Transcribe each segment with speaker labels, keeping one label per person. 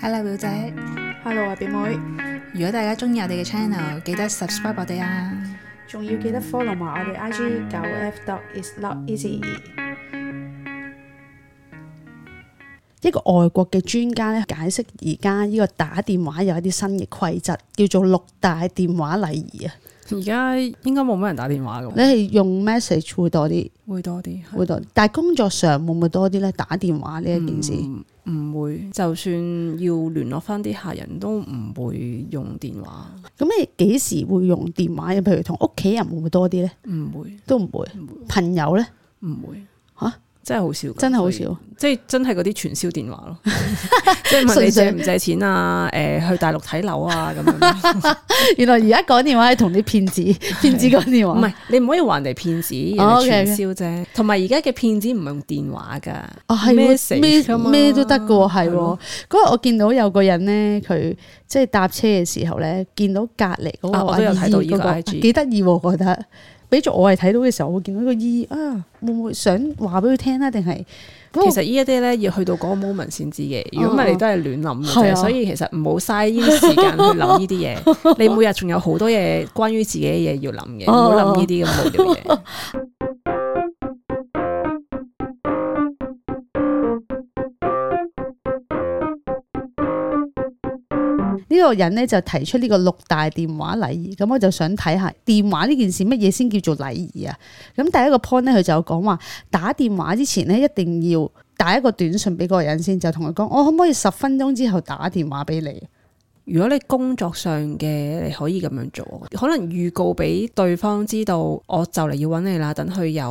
Speaker 1: Hello 表姐，
Speaker 2: Hello 啊，表妹，
Speaker 1: 如果大家中意我哋嘅 channel，記得 subscribe 我哋啊！
Speaker 2: 仲要記得 follow 埋我哋 IG 九 F dot is not easy。一個外國嘅專家咧解釋而家呢個打電話有一啲新嘅規則，叫做六大電話禮儀啊。
Speaker 3: 而家應該冇乜人打電話咁，
Speaker 2: 你係用 message 會多啲，
Speaker 3: 會多啲，係
Speaker 2: 會多啲，哦但係工作上會唔會多啲咧？打電話呢一件事，
Speaker 3: 唔會？就算要聯絡翻啲客人都唔會用電話，
Speaker 2: 咁你幾時會用電話？譬如同屋企人會唔會多啲咧？
Speaker 3: 唔會，
Speaker 2: 都唔會。朋友咧，
Speaker 3: 唔會
Speaker 2: 吓
Speaker 3: 真係好少㗎，
Speaker 2: 真係好
Speaker 3: 所以
Speaker 2: 少，
Speaker 3: 即係真係嗰啲傳銷電話 咯，即係問
Speaker 2: 純粹
Speaker 3: 你借唔借錢啊？誒、去大陸睇樓啊咁 樣，
Speaker 2: 原來而家講電話係同啲騙 子，騙子講電
Speaker 3: 唔
Speaker 2: 話。
Speaker 3: 係你唔可以話人哋騙子，人
Speaker 2: 哦
Speaker 3: 哋
Speaker 2: ，OK，OK
Speaker 3: 傳銷啫。同埋而家嘅騙子唔係用電話㗎，
Speaker 2: 啊，係喎
Speaker 3: message 㗎
Speaker 2: 咩
Speaker 3: 嘛
Speaker 2: 咩都得嘅喎，係
Speaker 3: 係
Speaker 2: 喎
Speaker 3: 咯。
Speaker 2: 嗰日我見到有個人咧，佢即係搭車嘅時候咧，見到隔離嗰個
Speaker 3: 啊我
Speaker 2: 阿
Speaker 3: 都有
Speaker 2: 姨
Speaker 3: 睇到呢個
Speaker 2: 嗰個
Speaker 3: IG
Speaker 2: 幾得意喎，我覺得。俾咗我係睇到嘅時候，我見到個姨啊，會唔會想話俾佢聽啊？定係
Speaker 3: 其實呢一啲咧要去到嗰個 moment 先知嘅，如果唔係你都係亂諗嘅
Speaker 2: 哦係啊
Speaker 3: 啫。所以其實唔好嘥呢啲時間去諗呢啲 嘢。你每日仲有好多嘢關於自己嘅嘢要諗嘅，
Speaker 2: 哦
Speaker 3: 唔好諗呢啲咁無聊嘢。
Speaker 2: 呢個人咧就提出呢個六大電話禮儀，咁我就想睇下電話呢件事乜嘢先叫做禮儀啊？咁第一個 point 咧，佢就有講話打電話之前咧一定要打一個短信俾嗰個人先，就同佢講我可唔可以十分鐘之後打電話俾你？ 啊
Speaker 3: 如果你工作上嘅，你可以咁樣做，可能預告俾對方知道我就嚟要揾你啦，等佢有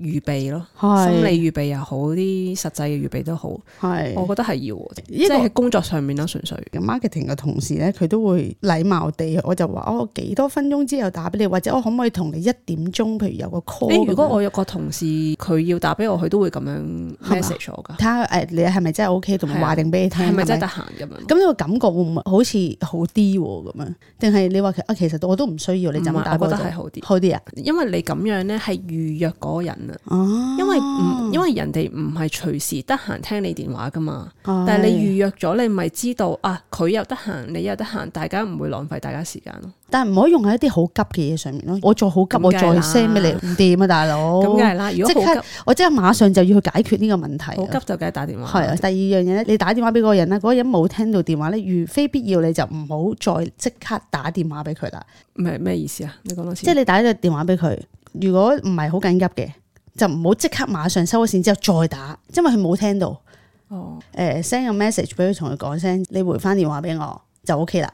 Speaker 3: 預備咯，心
Speaker 2: 係
Speaker 3: 理預備又好，啲實際嘅預備都好，我
Speaker 2: 係
Speaker 3: 覺得係要喎，
Speaker 2: 呢
Speaker 3: 即
Speaker 2: 個
Speaker 3: 係喺工作上面啦，純粹。
Speaker 2: 嘅 marketing 嘅同事咧，佢都會禮貌地，我就話哦我幾多分鐘之後打俾你，或者我可唔可以同你一點鐘，譬如有個 call 咁樣。
Speaker 3: 誒，如果我有個同事佢要打俾我，佢都會咁樣
Speaker 2: 係嘛
Speaker 3: message 我㗎。
Speaker 2: 睇下誒你係咪真係 OK，同埋
Speaker 3: 係啊
Speaker 2: 話定俾你聽
Speaker 3: 係咪真係
Speaker 2: 係
Speaker 3: 得閒咁樣？
Speaker 2: 咁呢個感覺會唔會好似好啲喎咁樣？定係你話其啊其實我都唔需要你就咁
Speaker 3: 唔係
Speaker 2: 打
Speaker 3: 我
Speaker 2: 過
Speaker 3: 覺
Speaker 2: 去
Speaker 3: 得係好啲，
Speaker 2: 好啲啊？
Speaker 3: 因為你咁樣咧係預約嗰個人啊，
Speaker 2: 哦，
Speaker 3: 因為唔因為人哋唔係隨時得閒聽你電話噶嘛，
Speaker 2: 哦
Speaker 3: 但係你
Speaker 2: 預，
Speaker 3: 預約咗，你咪知道啊，佢又得閒，你又得閒，大家唔會浪費大家時間咯。
Speaker 2: 但係唔可以用喺一啲好急嘅嘢上面咯。我再好急，
Speaker 3: 咁
Speaker 2: 我
Speaker 3: 梗係
Speaker 2: 再
Speaker 3: 啦
Speaker 2: send 俾你唔掂啊，大佬。
Speaker 3: 咁梗係啦，如
Speaker 2: 即
Speaker 3: 果好
Speaker 2: 刻啊
Speaker 3: 急，
Speaker 2: 我即刻馬上就要去解決呢個問題啊。
Speaker 3: 好急就梗係打電話
Speaker 2: 係
Speaker 3: 啦。
Speaker 2: 啊，第二樣嘢咧，你打電話俾嗰個人咧，嗰、個人冇聽到電話咧，如非必要你就唔好再即刻打電話俾佢啦。
Speaker 3: 咩咩意思啊？你講多次。
Speaker 2: 即係你打咗電話俾佢，如果唔係好緊急嘅，就唔好即刻馬上收咗線之後再打，因為佢冇聽到。
Speaker 3: 哦，
Speaker 2: 誒 send 個 message 俾佢，同佢講聲，你回翻電話俾我就 OK 啦。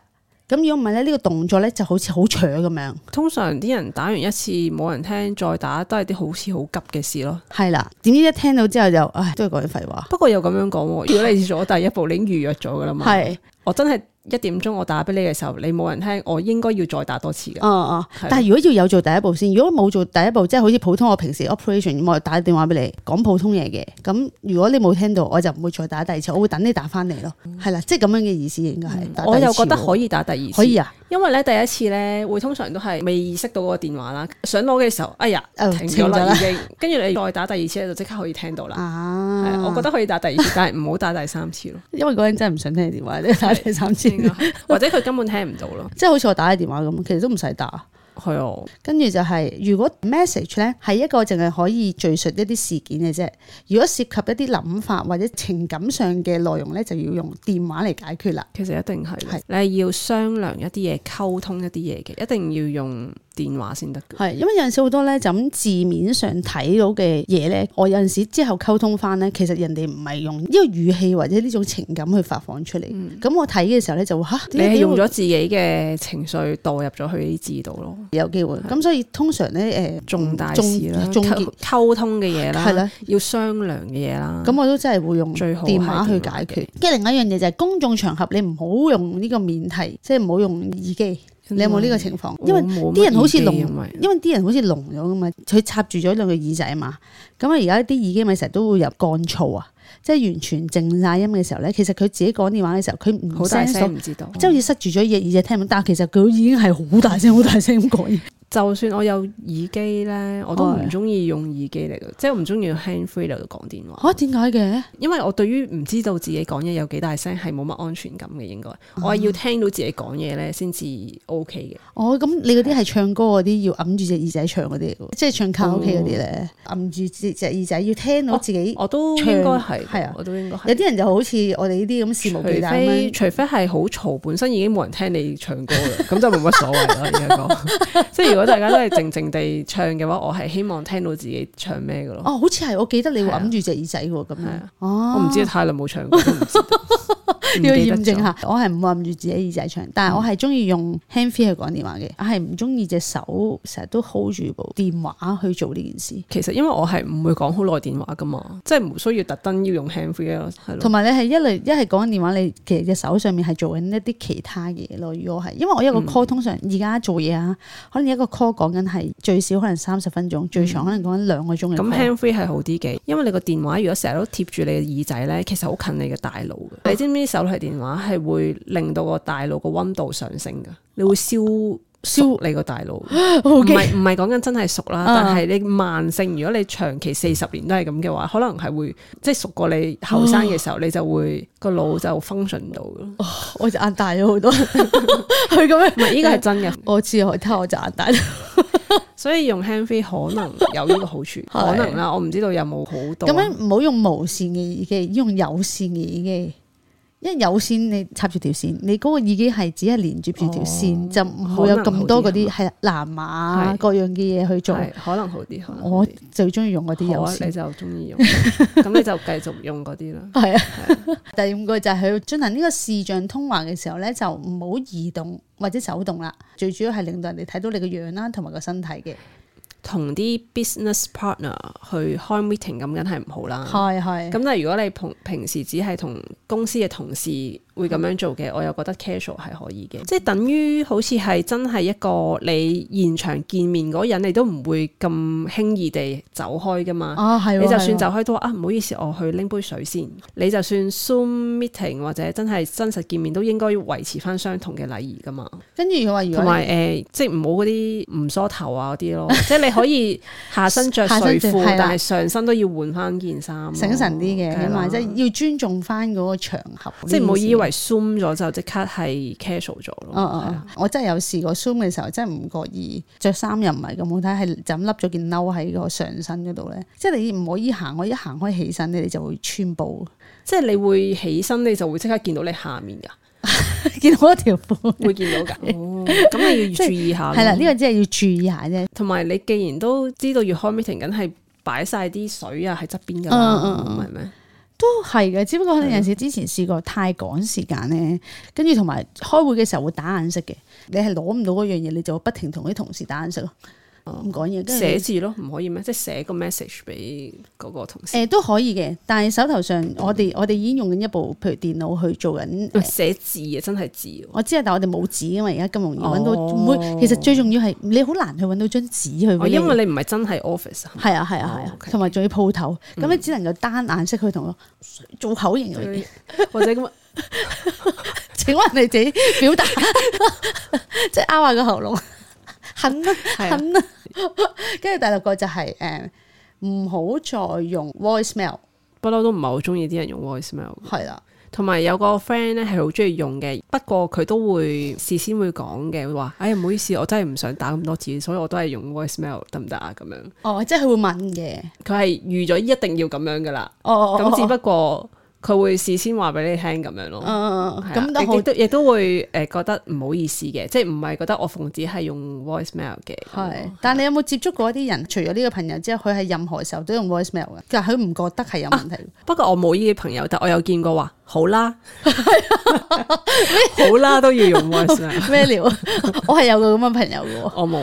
Speaker 2: 咁如果唔係咧，呢、個動作咧就好似好扯咁樣，
Speaker 3: 通常啲人打完一次冇人聽，再打都係啲好似好急嘅事咯。
Speaker 2: 係啦。點知一聽到之後就，唉，都係講啲廢話。
Speaker 3: 不過又咁樣講喎，如果你做咗第一步，你已經預約咗噶啦嘛。
Speaker 2: 係，啊
Speaker 3: 我真係一點鐘我打俾你嘅時候，你冇人聽，我應該要再打多次嘅。
Speaker 2: 哦哦
Speaker 3: 係。啦
Speaker 2: 但係如果要有做第一步先，如果冇做第一步，即係好似普通我平時 operation，我打電話俾你講普通嘢嘅。咁如果你冇聽到，我就唔會再打第二次，我會等你打翻嚟咯。係啦，即係咁樣嘅意思應該係。打第
Speaker 3: 嗯我
Speaker 2: 二次
Speaker 3: 又覺得
Speaker 2: 喎
Speaker 3: 可以打第二次，
Speaker 2: 可以啊，
Speaker 3: 因為咧第一次咧會通常都係未意識到個電話啦，想攞嘅時候，哎呀
Speaker 2: 誒
Speaker 3: 停咗
Speaker 2: 哦停咗
Speaker 3: 啦
Speaker 2: 啦
Speaker 3: 已經，跟住你再打第二次咧就即刻可以聽到啦。係
Speaker 2: 啊
Speaker 3: 啊，我覺得可以打第二次，但係唔好打第三次咯，
Speaker 2: 因為嗰個人真係唔想聽你電話，你打第三次，
Speaker 3: 應該或者佢根本聽唔到咯。
Speaker 2: 即係好似我打你電話咁，其實都唔使打。
Speaker 3: 係啊，
Speaker 2: 跟住就係、如果 message 咧係一個淨係可以敘述一啲事件嘅啫，如果涉及一啲諗法或者情感上嘅內容咧，就要用電話嚟解決啦。
Speaker 3: 其實一定係
Speaker 2: 係
Speaker 3: 嘅，你係要商量一啲嘢、溝通一啲嘢嘅，一定要用電話先得嘅。
Speaker 2: 係，因為有陣時好多咧就咁字面上睇到嘅嘢咧，我有陣時之後溝通翻咧，其實人哋唔係用呢個語氣或者呢種情感去發放出嚟，咁、我睇嘅時候咧就會嚇，
Speaker 3: 嗯你係用咗自己嘅情緒代入咗去啲字度咯。
Speaker 2: 有機會，咁所以通常咧誒
Speaker 3: 重大事啦，
Speaker 2: 總
Speaker 3: 溝
Speaker 2: 嗯結
Speaker 3: 溝通嘅嘢
Speaker 2: 係
Speaker 3: 啦，
Speaker 2: 啦，
Speaker 3: 要商量嘅嘢啦。
Speaker 2: 咁我都真係會用
Speaker 3: 最好係
Speaker 2: 電話去解決。跟住另一樣嘢就係公眾場合，你唔好用呢個免提，即係唔好用耳機。
Speaker 3: 因為
Speaker 2: 你有冇呢個情況？
Speaker 3: 我
Speaker 2: 因為
Speaker 3: 冇乜
Speaker 2: 啲人好似聾
Speaker 3: 意見因為
Speaker 2: 因為啲人好似聾咗咁嘛，佢插住咗兩個耳仔嘛。咁啊，而家啲耳機咪成日都會入乾燥啊，即係完全靜晒音嘅時候咧，其實佢自己講電話嘅時候，佢唔
Speaker 3: 好大
Speaker 2: sense 到
Speaker 3: 聲唔知道，
Speaker 2: 即係好似塞住咗耳耳仔聽唔到，但係其實佢已經係好大聲、好大聲咁講嘢。
Speaker 3: 就算我有耳機咧，我都
Speaker 2: 係
Speaker 3: 唔中意用耳機嚟到，即係我唔中意用 hand free 嚟到講電話，
Speaker 2: 嚇哦點解嘅？
Speaker 3: 因為我對於唔知道自己講嘢有幾大聲係冇乜安全感嘅，應該
Speaker 2: 嗯
Speaker 3: 我係要聽到自己講嘢咧先至 OK
Speaker 2: 哦，咁你嗰啲係唱歌嗰啲要揞住隻耳仔唱嗰啲嚟㗎，即係唱卡拉 OK 嗰啲咧，揞住隻隻耳仔要聽到自己
Speaker 3: 嘅，。我都應該係，
Speaker 2: 唱係啊
Speaker 3: 我都應該係。
Speaker 2: 有啲人就好似我哋呢啲咁肆無
Speaker 3: 除
Speaker 2: 忌憚咁
Speaker 3: 非
Speaker 2: 樣
Speaker 3: 除非係好嘈，本身已經冇人聽你唱 歌啦，咁就冇乜所謂啦。而家講，即係如果大家都係靜靜地唱嘅話，我係希望聽到自己唱咩嘅咯。
Speaker 2: 哦，好似係，我記得你會
Speaker 3: 係啊
Speaker 2: 揞住隻耳仔喎，咁樣
Speaker 3: 啊。
Speaker 2: 哦，
Speaker 3: 我唔知太耐 冇唱歌，都唔知道唔
Speaker 2: 要
Speaker 3: 記得
Speaker 2: 驗證
Speaker 3: 咗。嗯
Speaker 2: 下，我係唔會撳住自己耳仔唱，但係我係中意用 hand free 去講電話嘅，我係唔中意隻手成日都 hold 住部電話去做呢件事。
Speaker 3: 其實因為我係唔會講好耐電話噶嘛，即係唔需要特登要用 hand free 咯，係
Speaker 2: 同
Speaker 3: 咯。
Speaker 2: 埋你係一嚟一係講緊電話，你其實隻手上面係做緊一啲其他嘢咯。如果係，因為我一個
Speaker 3: 嗯
Speaker 2: call 通常而家做嘢啊，可能一個 call 講緊係最少可能三十分鐘，最長可能講緊兩個鐘嘅 call。
Speaker 3: 嗯咁 hand free 係好啲嘅，因為你個電話如果成日都貼住你嘅耳仔咧，其實好近你嘅大腦
Speaker 2: 啊
Speaker 3: 嘅。你知唔知手提電話係會令到個大腦個温度上升㗎？你會燒燒你個大腦。
Speaker 2: 好
Speaker 3: 唔
Speaker 2: 嘅
Speaker 3: 係唔係講緊真係熟啦，
Speaker 2: 啊
Speaker 3: 但係你慢性，如果你長期四十年都係咁嘅話，可能係會即係熟過你後生嘅時
Speaker 2: 啊
Speaker 3: 候，你就會個腦就 function 到咯。
Speaker 2: 我就眼大咗好 多，佢咁樣。
Speaker 3: 唔係呢個係真嘅，
Speaker 2: 我知啊我睇我就眼大咗，
Speaker 3: 所以用 hand free 可能有呢個 好處，可能啦，我唔知道有冇好到
Speaker 2: 咁
Speaker 3: 啊。
Speaker 2: 樣唔好用無線嘅耳機，用有線嘅耳機。因為有線你插住條線，你嗰個耳機係只係連接住條
Speaker 3: 哦
Speaker 2: 線，就唔會有咁多嗰啲係藍牙啊
Speaker 3: 係
Speaker 2: 各樣嘅嘢去做。
Speaker 3: 係可能好啲，可能好
Speaker 2: 我
Speaker 3: 啲
Speaker 2: 最中意用嗰啲有
Speaker 3: 好啊
Speaker 2: 線
Speaker 3: 你。就中 意用，咁你就繼續用嗰啲啦。
Speaker 2: 係啊，第五個就係佢進行呢個視像通話嘅時候咧，就唔好移動或者走動啦。最主要係令到人哋睇到你個樣啦，同埋個身體嘅。
Speaker 3: 同啲 business partner 去開 meeting 咁，梗係唔好啦。
Speaker 2: 係係
Speaker 3: 嗯咁但係如果你平平時只係同公司嘅同事會咁樣做嘅，我又覺得 casual 係可以
Speaker 2: 嗯
Speaker 3: 嘅，即係等於好似係真係一個你現場見面嗰人，你都唔會咁輕易地走開噶嘛。
Speaker 2: 啊，係喎嗯
Speaker 3: 你就算
Speaker 2: 係喎
Speaker 3: 走開都話啊，唔好意思，我去拎杯水先。你就算 Zoom meeting 或者真係真實見面，都應該維持翻相同嘅禮儀噶嘛。
Speaker 2: 跟住佢話如
Speaker 3: 同
Speaker 2: 果
Speaker 3: 埋誒，即係唔好嗰啲唔梳頭啊嗰啲 咯，即係你可以下身着
Speaker 2: 下
Speaker 3: 睡
Speaker 2: 身着
Speaker 3: 褲
Speaker 2: 係，啦
Speaker 3: 但係上身都要換翻件衫咯，
Speaker 2: 醒神啲嘅，
Speaker 3: 係
Speaker 2: 起
Speaker 3: 啦
Speaker 2: 碼即係要尊重翻嗰個場合。
Speaker 3: 即係唔好以為 zoom 咗就即刻係 casual 咗咯。
Speaker 2: 哦
Speaker 3: 係
Speaker 2: 哦
Speaker 3: 啊，
Speaker 2: 我真係有試過 Zoom 嘅時候，真係唔覺意着衫又唔係咁好睇，係就咁笠咗件褸喺個上身嗰度咧。即係你唔可以行開，一行開起身咧，你就會穿布，
Speaker 3: 即係你會起身，你就會即刻見到你下 面㗎，
Speaker 2: 見到一條褲。
Speaker 3: 會見到㗎。哦，咁你要注意下。
Speaker 2: 係啦，呢個真係要注意下啫。
Speaker 3: 同埋你既然都知道要開 meeting，梗係擺晒啲水啊喺側邊㗎
Speaker 2: 嗯
Speaker 3: 啦，
Speaker 2: 嗯嗯
Speaker 3: 唔係咩？
Speaker 2: 都係嘅，只不過可能有陣時之前試過太趕時間咧，跟住同埋開會嘅時候會打眼色嘅，你係攞唔到嗰樣嘢，你就會不停同啲同事打眼色咯，哦唔講嘢，跟住
Speaker 3: 寫字咯，唔可以咩？即係寫個 message 俾嗰個同事。
Speaker 2: 誒都可以嘅，但係手頭上我哋我哋已經用緊一部譬如電腦去做緊
Speaker 3: 喂寫字啊，真係字喎。
Speaker 2: 我知啊，但我哋冇紙啊嘛，而家咁容易揾到，
Speaker 3: 哦
Speaker 2: 唔會。其實最重要係你好難去揾到張紙去
Speaker 3: 哦，
Speaker 2: 俾你。
Speaker 3: 因為你唔係真係 office 啊。
Speaker 2: 係啊係啊係
Speaker 3: 哦
Speaker 2: 啊，
Speaker 3: ，OK 嗯
Speaker 2: 同埋仲要鋪頭，咁你只能夠單眼色去同我做口型嘅，
Speaker 3: 或者咁啊，
Speaker 2: 請問你自己表達，即係拗下個喉嚨，痕啊
Speaker 3: 係啊
Speaker 2: 痕啊。跟住第六個就係誒唔好再用 voicemail，
Speaker 3: 不嬲都唔係好中意啲人用 voicemail。
Speaker 2: 係啦，
Speaker 3: 同埋有個 friend 咧係好中意用嘅，不過佢都會事先會講嘅，會話：哎呀，唔好意思，我真係唔想打咁多字，所以我都係用 voicemail 得唔得啊？咁樣
Speaker 2: 哦，即係佢會問嘅，
Speaker 3: 佢係預咗一定要咁樣噶啦，
Speaker 2: 哦哦，
Speaker 3: 咁、只
Speaker 2: 哦
Speaker 3: 不過佢會事先話俾你聽咁樣咯。
Speaker 2: 嗯嗯嗯
Speaker 3: 係啊
Speaker 2: 咁都好
Speaker 3: 亦。都亦都會誒覺得唔好意思嘅，即係唔係覺得我奉旨係用 voicemail 嘅。
Speaker 2: 係，但你有冇接觸過一啲人？除咗呢個朋友之後，佢係任何時候都用 voicemail 嘅，但佢唔覺得係有 問題。
Speaker 3: 不過我冇呢啲朋友，但我有見過話好啦，好啦都要用 voicemail，
Speaker 2: 咩料？ 我係有個咁嘅朋友嘅喎，
Speaker 3: 我冇。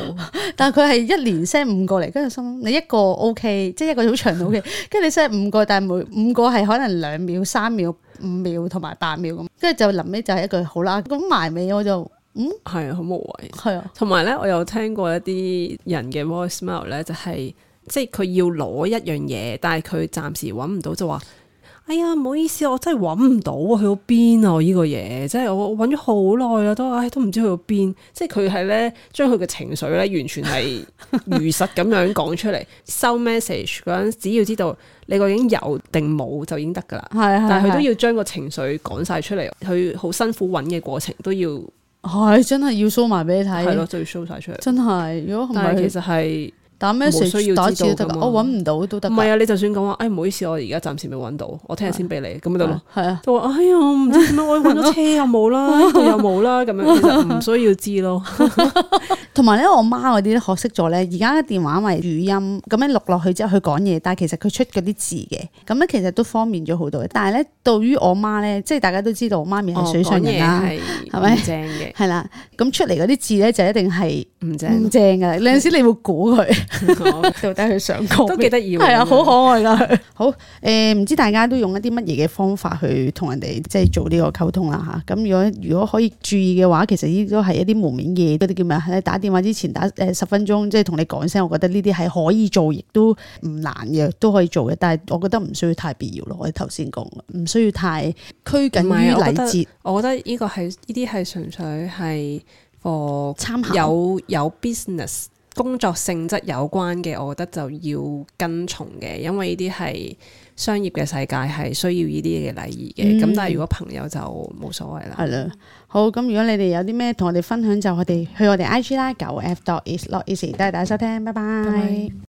Speaker 2: 但係佢係一連 send 五個嚟，跟住心諗你一個 OK，即係一個好長到 OK，跟住你 send 五個，但係每五個係可能兩秒、三秒、五秒同埋八秒咁，跟住就臨尾就係一句好啦，咁埋尾我就嗯
Speaker 3: 係啊好無謂。
Speaker 2: 係啊，
Speaker 3: 同埋咧，我有聽過一啲人嘅 voicemail 咧，就係、即係佢要攞一樣嘢，但係佢暫時揾唔到，就話：哎呀，唔好意思，我真係揾唔到啊，去到邊啊？我呢個嘢，即係我我揾咗好耐啦，都唉、都唔知去到邊。即係佢係咧，將佢嘅情緒咧，完全係如實咁樣講出 嚟。收 message 嗰陣，只要知道你究竟有定冇就已經得㗎啦。
Speaker 2: 係
Speaker 3: 但係佢都
Speaker 2: 係
Speaker 3: 要將個情緒講晒出嚟，佢好辛苦揾嘅過程都要
Speaker 2: 係真係要 show 埋俾你
Speaker 3: 係咯，
Speaker 2: 睇，
Speaker 3: 都要 show 晒出嚟。
Speaker 2: 真係。如果唔
Speaker 3: 哦但係
Speaker 2: 係
Speaker 3: 其實係
Speaker 2: 打
Speaker 3: 冇需
Speaker 2: message
Speaker 3: 要
Speaker 2: 打
Speaker 3: 知
Speaker 2: 字都得
Speaker 3: 道
Speaker 2: 㗎
Speaker 3: 㗎嘛
Speaker 2: 我揾唔到都得
Speaker 3: 唔
Speaker 2: 㗎。
Speaker 3: 係啊？你就算講話，哎唔好意思，我而家暫時未揾到，我聽日先俾你，咁咪得咯。
Speaker 2: 係啊，
Speaker 3: 就話：哎呀，我唔知點解我揾咗車又冇啦，呢度又冇啦，咁樣其 實唔需要知咯。
Speaker 2: 同埋咧，我媽嗰啲咧學識咗咧，而家電話咪語音咁樣錄落去之後，佢講嘢，但係其實佢出嗰啲字嘅，咁咧其實都方便咗好多。但係咧，對於我媽咧，即係大家都知道我媽咪係水上人啦，係
Speaker 3: 哦係
Speaker 2: 咪
Speaker 3: 咪正嘅？
Speaker 2: 哦係啦，咁出嚟嗰啲字咧就一定係
Speaker 3: 唔正
Speaker 2: 唔，正㗎。有陣時你會估佢 到底佢想講咩
Speaker 3: 都幾得意喎。
Speaker 2: 係啊，好可愛噶。 好，誒、唔知大家都用一啲乜嘢嘅方法去同人哋即係做呢個溝通啦吓。咁如果如果可以注意嘅話，其實呢啲都係一啲門面嘅嘢，嗰啲叫咩啊？喺打電話之前打誒十分鐘，即係同你講聲，我覺得呢啲係可以做，亦都唔難嘅，都可以做嘅。但係我覺得唔需要太必要咯。我哋頭先講，唔需要太拘謹
Speaker 3: 唔係
Speaker 2: 於
Speaker 3: 啊我覺
Speaker 2: 禮
Speaker 3: 得
Speaker 2: 節
Speaker 3: 我覺得呢個係呢啲係純粹係 for
Speaker 2: 參考。
Speaker 3: 有有 business 工作性質有關嘅，我覺得就要跟從嘅，因為呢啲係商業嘅世界係需要呢啲嘅禮儀嘅。咁、
Speaker 2: 嗯
Speaker 3: 但係如果朋友就冇所謂啦。
Speaker 2: 係啦，好咁，如果你哋有啲咩同我哋分享，就我哋去我哋 I G 啦，九 F dot is not easy，多謝大家收聽，拜
Speaker 1: 拜
Speaker 2: 拜
Speaker 1: 拜。